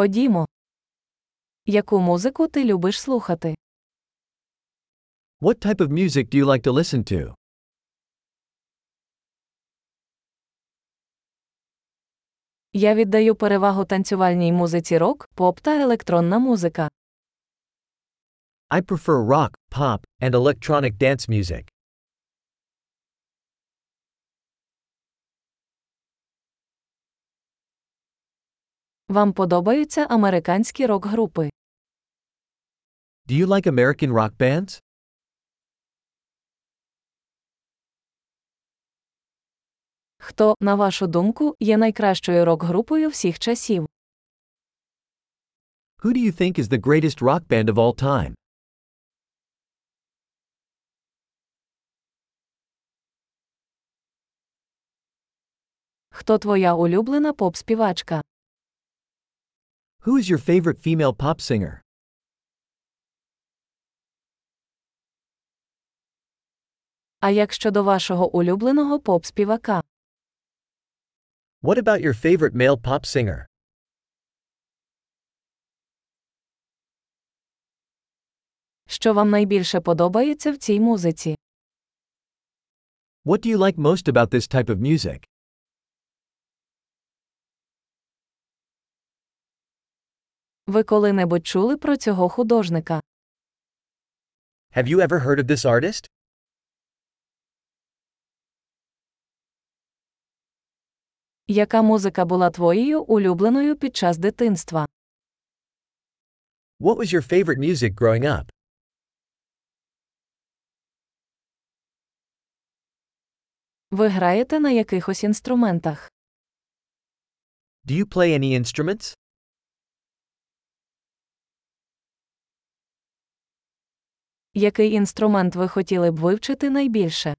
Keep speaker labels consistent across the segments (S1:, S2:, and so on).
S1: Ходімо. Яку музику ти любиш слухати?
S2: What type of music do you like to listen to?
S1: Я віддаю перевагу танцювальній музиці рок, поп та електронна музика.
S2: I prefer rock, pop, and electronic dance music.
S1: Вам подобаються американські рок-групи?
S2: Do you like American rock bands?
S1: Хто, на вашу думку, є найкращою рок-групою всіх часів?
S2: Who do you think is the greatest rock band of all time?
S1: Хто твоя улюблена поп-співачка?
S2: Who is your favorite female pop singer?
S1: А як щодо вашого улюбленого поп-співака?
S2: What about your favorite male pop singer?
S1: Що вам найбільше подобається в цій музиці?
S2: What do you like most about this type of music?
S1: Ви коли-небудь чули про цього художника?
S2: Have you ever heard of this artist?
S1: Яка музика була твоєю улюбленою під час дитинства?
S2: What was your favorite music growing up?
S1: Ви граєте на якихось інструментах?
S2: Do you play any instruments?
S1: Який інструмент ви хотіли б вивчити найбільше?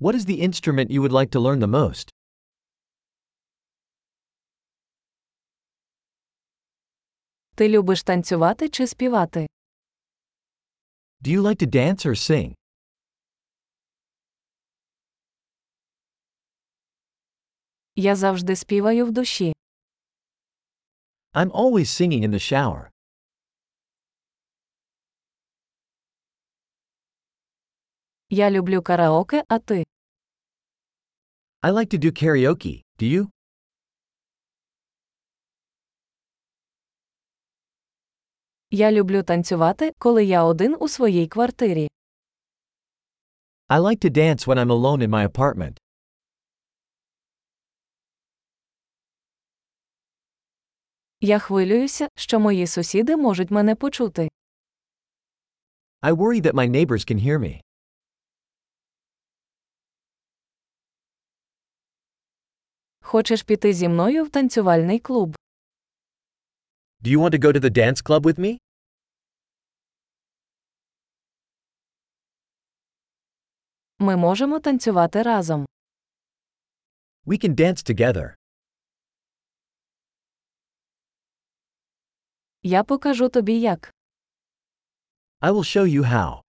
S2: What is the instrument you would like to learn the most?
S1: Ти любиш танцювати чи співати?
S2: Do you like to dance or sing?
S1: Я завжди співаю в душі.
S2: I'm always singing in the shower.
S1: Я люблю караоке, а ти?
S2: I like to do karaoke, do you?
S1: Я люблю танцювати, коли я один у своїй квартирі.
S2: I like to dance when I'm alone in my apartment.
S1: Я хвилююся, що мої сусіди можуть мене почути.
S2: I worry that my neighbors can hear me.
S1: Хочеш піти зі мною в танцювальний клуб?
S2: Do you want to go to the dance club with me?
S1: Ми можемо танцювати разом.
S2: We can dance together.
S1: Я покажу тобі як.
S2: I will show you how.